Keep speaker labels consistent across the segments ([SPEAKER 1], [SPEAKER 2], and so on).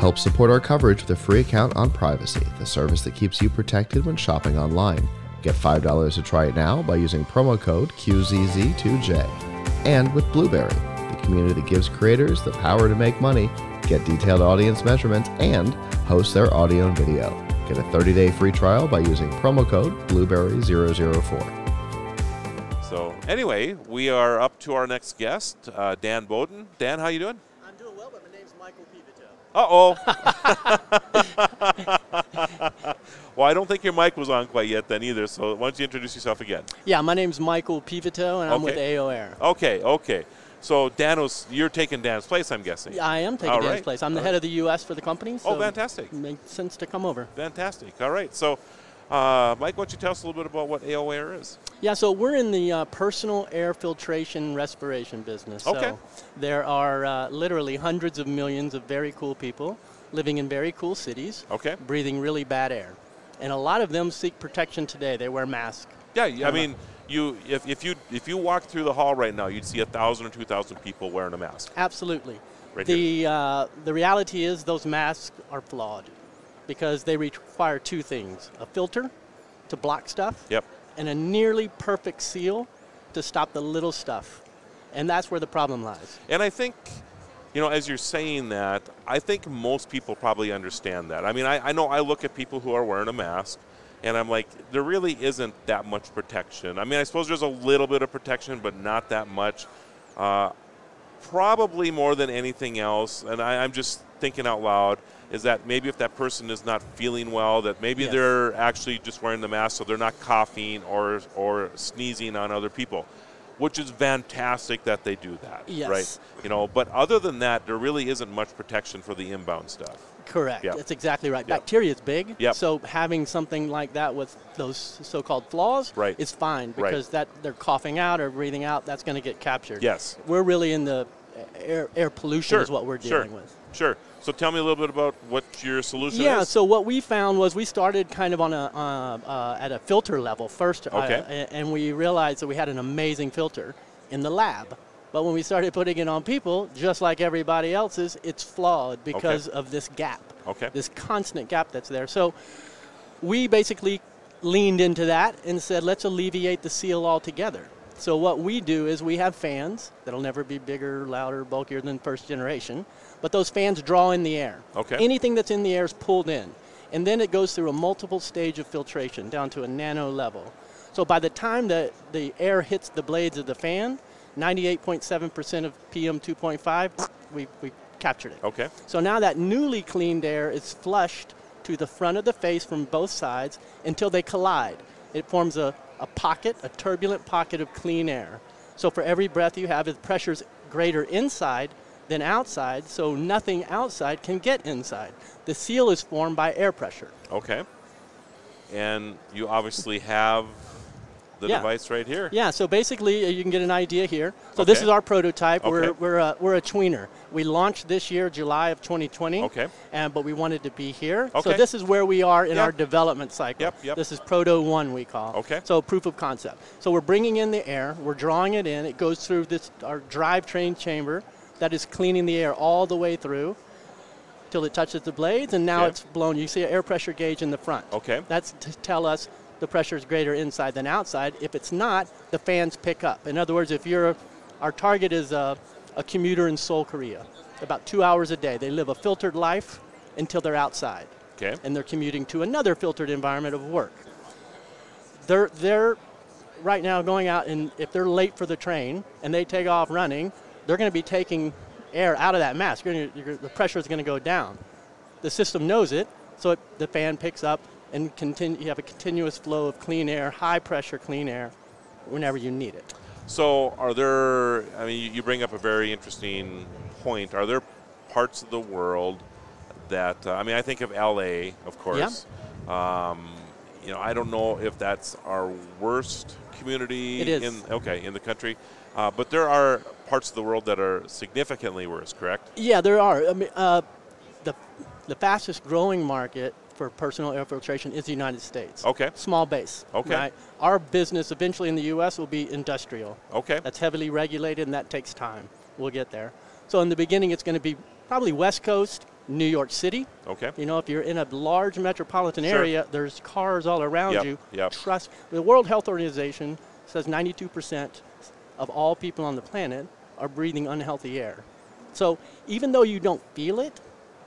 [SPEAKER 1] Help support our coverage with a free account on Privacy, the service that keeps you protected when shopping online. Get $5 to try it now by using promo code QZZ2J. And with Blueberry, the community that gives creators the power to make money, get detailed audience measurements, and host their audio and video. Get a 30 day free trial by using promo code Blueberry004.
[SPEAKER 2] So anyway, we are up to our next guest, uh, Dan Bowden. Dan, how you doing?
[SPEAKER 3] I'm doing well, but my name's Michael Pivito.
[SPEAKER 2] Uh oh. well, I don't think your mic was on quite yet then either. So why don't you introduce yourself again?
[SPEAKER 3] Yeah, my name's Michael Pivito, and I'm with
[SPEAKER 2] Okay.
[SPEAKER 3] AO Air.
[SPEAKER 2] Okay, okay. So Dan was you're taking Dan's place, I'm guessing.
[SPEAKER 3] I am taking
[SPEAKER 2] All
[SPEAKER 3] Dan's
[SPEAKER 2] right.
[SPEAKER 3] place. I'm the
[SPEAKER 2] All
[SPEAKER 3] head
[SPEAKER 2] right.
[SPEAKER 3] of the U.S. for the company. So
[SPEAKER 2] Oh, fantastic.
[SPEAKER 3] It makes sense to come over.
[SPEAKER 2] Fantastic. All right. So, uh, Mike, why don't you tell us a little bit about what AO Air is?
[SPEAKER 3] Yeah, so we're in the uh, personal air filtration respiration business.
[SPEAKER 2] Okay.
[SPEAKER 3] So there are uh, literally hundreds of millions of very cool people living in very cool cities,
[SPEAKER 2] Okay.
[SPEAKER 3] breathing really bad air. And a lot of them seek protection today. They wear masks.
[SPEAKER 2] Yeah, y- I mean, you if, if you if you walk through the hall right now, you'd see a thousand or two thousand people wearing a mask.
[SPEAKER 3] Absolutely.
[SPEAKER 2] Right
[SPEAKER 3] the uh, the reality is those masks are flawed because they require two things: a filter to block stuff,
[SPEAKER 2] Yep.
[SPEAKER 3] and a nearly perfect seal to stop the little stuff. And that's where the problem lies.
[SPEAKER 2] And I think, you know, as you're saying that, I think most people probably understand that. I mean, I, I know I look at people who are wearing a mask and I'm like, there really isn't that much protection. I mean, I suppose there's a little bit of protection, but not that much. Uh, probably more than anything else, and I, I'm just thinking out loud, is that maybe if that person is not feeling well, that maybe
[SPEAKER 3] Yes.
[SPEAKER 2] they're actually just wearing the mask so they're not coughing or, or sneezing on other people, which is fantastic that they do that
[SPEAKER 3] Yes.
[SPEAKER 2] right? You know, but other than that, there really isn't much protection for the inbound stuff.
[SPEAKER 3] Correct.
[SPEAKER 2] Yep.
[SPEAKER 3] That's exactly right.
[SPEAKER 2] Yep.
[SPEAKER 3] Bacteria is big.
[SPEAKER 2] Yep.
[SPEAKER 3] So having something like that with those so-called flaws
[SPEAKER 2] Right.
[SPEAKER 3] is fine
[SPEAKER 2] Right.
[SPEAKER 3] because that they're coughing out or breathing out. That's going to get captured.
[SPEAKER 2] Yes.
[SPEAKER 3] We're really in the air, air pollution
[SPEAKER 2] Sure,
[SPEAKER 3] is what we're
[SPEAKER 2] sure,
[SPEAKER 3] dealing with.
[SPEAKER 2] Sure. So tell me a little bit about what your solution
[SPEAKER 3] yeah,
[SPEAKER 2] is.
[SPEAKER 3] so what we found was we started kind of on a uh, uh, at a filter level first, uh,
[SPEAKER 2] Okay.
[SPEAKER 3] a- and we realized that we had an amazing filter in the lab. But when we started putting it on people, just like everybody else's, it's flawed because of this gap,
[SPEAKER 2] Okay.
[SPEAKER 3] this constant gap that's there. So we basically leaned into that and said, let's alleviate the seal altogether. So what we do is we have fans that'll never be bigger, louder, bulkier than first generation, but those fans draw in the air.
[SPEAKER 2] Okay.
[SPEAKER 3] Anything that's in the air is pulled in, and then it goes through a multiple stage of filtration down to a nano level. So by the time that the air hits the blades of the fan, 98.7% of PM2.5, we, we captured it.
[SPEAKER 2] okay.
[SPEAKER 3] So now that newly cleaned air is flushed to the front of the face from both sides until they collide. It forms a, a pocket, a turbulent pocket of clean air. So for every breath you have, the pressure's greater inside than outside, so nothing outside can get inside. The seal is formed by air pressure.
[SPEAKER 2] Okay. And you obviously have the
[SPEAKER 3] Yeah.
[SPEAKER 2] device right here.
[SPEAKER 3] Yeah, so basically uh, you can get an idea here. So this
[SPEAKER 2] Okay.
[SPEAKER 3] is our prototype. We're,
[SPEAKER 2] Okay.
[SPEAKER 3] we're, a, we're a tweener. We launched this year, July of 2020.
[SPEAKER 2] Okay.
[SPEAKER 3] And, but we wanted to be here.
[SPEAKER 2] Okay.
[SPEAKER 3] So this is where we are in
[SPEAKER 2] Yep.
[SPEAKER 3] our development cycle.
[SPEAKER 2] Yep, yep.
[SPEAKER 3] This is Proto 1 we call.
[SPEAKER 2] Okay.
[SPEAKER 3] So proof of concept. So we're bringing in the air. We're drawing it in. It goes through this our drivetrain chamber that is cleaning the air all the way through till it touches the blades, and now
[SPEAKER 2] Okay.
[SPEAKER 3] it's blown. You see an air pressure gauge in the front.
[SPEAKER 2] Okay.
[SPEAKER 3] That's to tell us the pressure is greater inside than outside. If it's not, the fans pick up. In other words, if you're, our target is a, a commuter in Seoul, Korea, about two hours a day. They live a filtered life until they're outside,
[SPEAKER 2] Okay.
[SPEAKER 3] and they're commuting to another filtered environment of work. They're they're right now going out, and if they're late for the train and they take off running, they're going to be taking air out of that mask. You're gonna, you're, gonna- the pressure is going to go down. The system knows it, so it, the fan picks up and continue. You have a continuous flow of clean air, high pressure clean air, whenever you need it.
[SPEAKER 2] So are there, I mean, you- you bring up a very interesting point. Are there parts of the world that, uh, I mean, I think of LA, of course. Um, you know, I don't know if that's our worst community
[SPEAKER 3] It is.
[SPEAKER 2] in okay in the country, uh, but there are parts of the world that are significantly worse. Correct?
[SPEAKER 3] Yeah, there are. I mean, uh, the, the fastest growing market for personal air filtration is the United States.
[SPEAKER 2] Okay.
[SPEAKER 3] Small base.
[SPEAKER 2] Okay.
[SPEAKER 3] right? Our business eventually in the U.S. will be industrial.
[SPEAKER 2] Okay.
[SPEAKER 3] That's heavily regulated and that takes time. We'll get there. So in the beginning, it's going to be probably West Coast, New York City.
[SPEAKER 2] Okay.
[SPEAKER 3] You know, if you're in a large metropolitan
[SPEAKER 2] Sure.
[SPEAKER 3] area, there's cars all around
[SPEAKER 2] Yep,
[SPEAKER 3] you.
[SPEAKER 2] yep.
[SPEAKER 3] Trust. The World Health Organization says 92% of all people on the planet are breathing unhealthy air. So even though you don't feel it,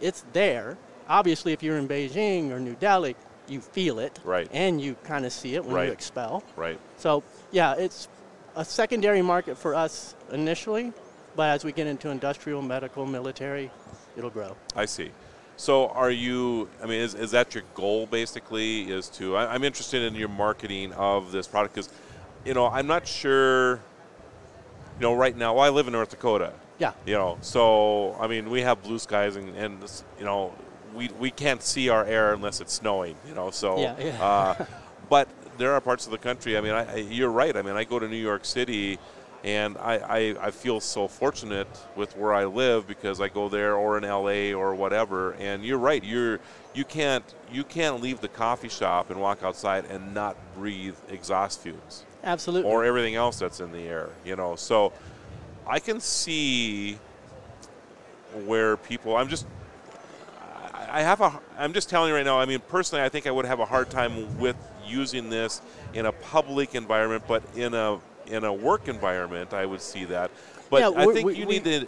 [SPEAKER 3] it's there. Obviously, if you're in Beijing or New Delhi, you feel it.
[SPEAKER 2] Right.
[SPEAKER 3] And you kind of see it when
[SPEAKER 2] Right.
[SPEAKER 3] you expel.
[SPEAKER 2] Right.
[SPEAKER 3] So, yeah, it's a secondary market for us initially, but as we get into industrial, medical, military, it'll grow.
[SPEAKER 2] I see. So are you, I mean, is, is that your goal basically is to, I, I'm interested in your marketing of this product because, you know, I'm not sure, you know, right now, well, I live in North Dakota,
[SPEAKER 3] Yeah.
[SPEAKER 2] you know, so, I mean, we have blue skies and, and this- you know, we, we can't see our air unless it's snowing, you know, so,
[SPEAKER 3] Yeah, yeah.
[SPEAKER 2] Uh, but there are parts of the country, I mean, I, I, you're right. I mean, I go to New York City and I, I, I feel so fortunate with where I live because I go there or in LA or whatever. And you're right. You're, you can't, you can't leave the coffee shop and walk outside and not breathe exhaust fumes
[SPEAKER 3] Absolutely.
[SPEAKER 2] or everything else that's in the air, you know. So I can see where people. I'm just. I- I have a. I'm just telling you right now. I mean, personally, I think I would have a hard time with using this in a public environment, but in a in a work environment, I would see that. But
[SPEAKER 3] Yeah,
[SPEAKER 2] I
[SPEAKER 3] we-
[SPEAKER 2] think
[SPEAKER 3] we-
[SPEAKER 2] you
[SPEAKER 3] we-
[SPEAKER 2] need to.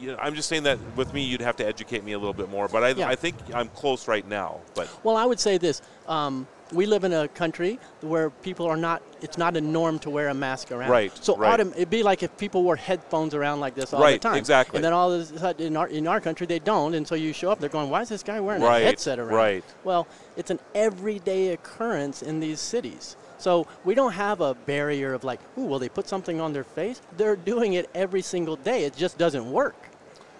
[SPEAKER 2] You know, I'm just saying that with me, you'd have to educate me a little bit more. But I,
[SPEAKER 3] Yeah.
[SPEAKER 2] I think I'm close right now. But
[SPEAKER 3] Well, I would say this. Um, we live in a country where people are not, it's not a norm to wear a mask around.
[SPEAKER 2] Right,
[SPEAKER 3] So
[SPEAKER 2] right.
[SPEAKER 3] autom- it'd be like if people wore headphones around like this all
[SPEAKER 2] Right,
[SPEAKER 3] the time.
[SPEAKER 2] exactly.
[SPEAKER 3] And then all of a sudden in our, in our country, they don't. And so you show up, they're going, why is this guy wearing
[SPEAKER 2] Right,
[SPEAKER 3] a headset around?
[SPEAKER 2] right.
[SPEAKER 3] Well, it's an everyday occurrence in these cities. So we don't have a barrier of like, ooh, will they put something on their face? They're doing it every single day. It just doesn't work.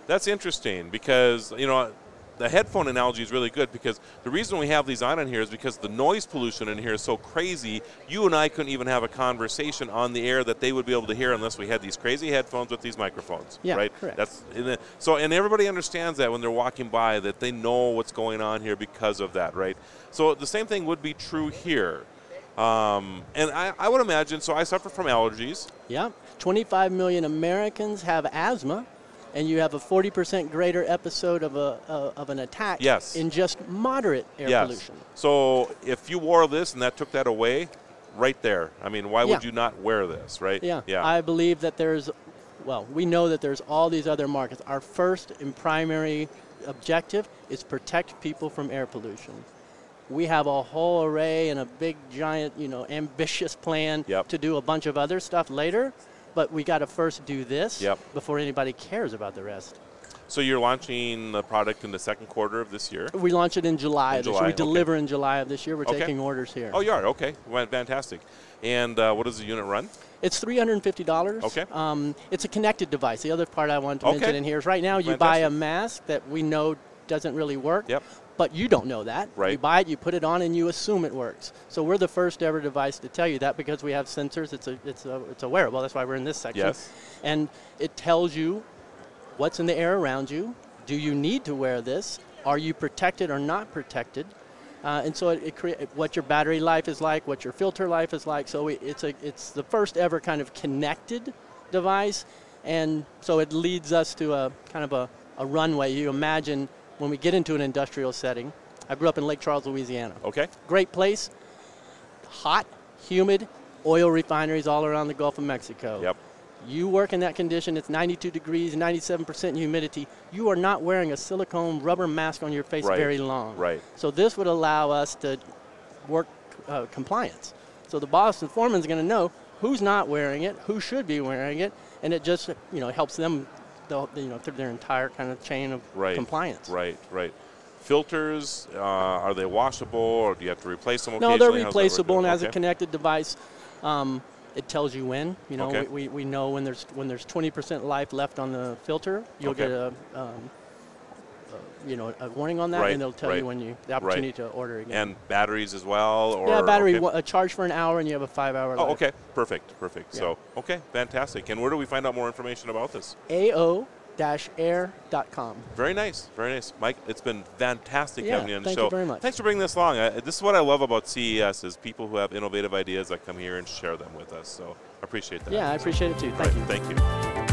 [SPEAKER 2] That's interesting because you know the headphone analogy is really good because the reason we have these on in here is because the noise pollution in here is so crazy. You and I couldn't even have a conversation on the air that they would be able to hear unless we had these crazy headphones with these microphones.
[SPEAKER 3] Yeah,
[SPEAKER 2] right.
[SPEAKER 3] correct.
[SPEAKER 2] That's and then, so, and everybody understands that when they're walking by that they know what's going on here because of that. Right. So the same thing would be true here. Um, and I, I would imagine, so I suffer from allergies.
[SPEAKER 3] Yeah, 25 million Americans have asthma, and you have a 40% greater episode of, a, uh, of an attack
[SPEAKER 2] Yes.
[SPEAKER 3] in just moderate air pollution.
[SPEAKER 2] So if you wore this and that took that away, right there. I mean, why would
[SPEAKER 3] Yeah.
[SPEAKER 2] you not wear this, right?
[SPEAKER 3] Yeah.
[SPEAKER 2] Yeah.
[SPEAKER 3] I believe that there's, well, we know that there's all these other markets. Our first and primary objective is protect people from air pollution. We have a whole array and a big, giant, you know, ambitious plan
[SPEAKER 2] Yep.
[SPEAKER 3] to do a bunch of other stuff later, but we got to first do this
[SPEAKER 2] Yep.
[SPEAKER 3] before anybody cares about the rest.
[SPEAKER 2] so you're launching the product in the second quarter of this year.
[SPEAKER 3] We launch it in July.
[SPEAKER 2] In
[SPEAKER 3] of this year.
[SPEAKER 2] July,
[SPEAKER 3] We
[SPEAKER 2] okay.
[SPEAKER 3] deliver in July of this year. We're
[SPEAKER 2] Okay.
[SPEAKER 3] taking orders here.
[SPEAKER 2] Oh, you are okay. Well, fantastic. And uh, what does the unit run?
[SPEAKER 3] It's three hundred and fifty dollars.
[SPEAKER 2] Okay.
[SPEAKER 3] Um, it's a connected device. The other part I wanted to
[SPEAKER 2] Okay.
[SPEAKER 3] mention in here is right now you buy a
[SPEAKER 2] Fantastic.
[SPEAKER 3] mask that we know doesn't really work.
[SPEAKER 2] Yep.
[SPEAKER 3] But you don't know that. You
[SPEAKER 2] Right.
[SPEAKER 3] buy it, you put it on, and you assume it works. So we're the first ever device to tell you that because we have sensors. It's a it's a it's a wearable. That's why we're in this section.
[SPEAKER 2] Yes.
[SPEAKER 3] And it tells you what's in the air around you. Do you need to wear this? Are you protected or not protected? Uh, and so it, it create what your battery life is like, what your filter life is like. So it, it's a it's the first ever kind of connected device, and so it leads us to a kind of a, a runway. You imagine when we get into an industrial setting. I grew up in Lake Charles, Louisiana.
[SPEAKER 2] Okay.
[SPEAKER 3] Great place, hot, humid, oil refineries all around the Gulf of Mexico.
[SPEAKER 2] Yep.
[SPEAKER 3] You work in that condition, it's 92 degrees, 97% humidity. You are not wearing a silicone rubber mask on your face
[SPEAKER 2] Right,
[SPEAKER 3] very long.
[SPEAKER 2] right.
[SPEAKER 3] So this would allow us to work uh, compliance. So the Boston foreman is going to know who's not wearing it, who should be wearing it, and it just you know helps them, the, you know, through their entire kind of chain of
[SPEAKER 2] Right.
[SPEAKER 3] compliance.
[SPEAKER 2] Right. Right. Filters uh, are they washable, or do you have to replace them?
[SPEAKER 3] No, they're
[SPEAKER 2] occasionally? How's that work?
[SPEAKER 3] replaceable, and as a
[SPEAKER 2] Okay.
[SPEAKER 3] connected device, um, it tells you when. You know,
[SPEAKER 2] Okay.
[SPEAKER 3] we, we, we know when there's when there's 20% life left on the filter, you'll
[SPEAKER 2] Okay.
[SPEAKER 3] get a, um, a you know a warning on that,
[SPEAKER 2] Right,
[SPEAKER 3] and they'll tell
[SPEAKER 2] right,
[SPEAKER 3] you when you the opportunity to order again.
[SPEAKER 2] And batteries as well, or
[SPEAKER 3] yeah, battery
[SPEAKER 2] okay.
[SPEAKER 3] wa- a charge for an hour, and you have a five-hour.
[SPEAKER 2] Oh,
[SPEAKER 3] life.
[SPEAKER 2] okay. Perfect. Perfect.
[SPEAKER 3] Yeah.
[SPEAKER 2] So, okay, fantastic. And where do we find out more information about this?
[SPEAKER 3] AO-air.com.
[SPEAKER 2] Very nice, very nice, Mike. It's been fantastic
[SPEAKER 3] Yeah,
[SPEAKER 2] having you on the
[SPEAKER 3] thank
[SPEAKER 2] show.
[SPEAKER 3] you very much.
[SPEAKER 2] Thanks for bringing this along. I, this is what I love about CES is people who have innovative ideas that come here and share them with us. So I appreciate that.
[SPEAKER 3] Yeah, I appreciate it too. Thank you.
[SPEAKER 2] Thank you.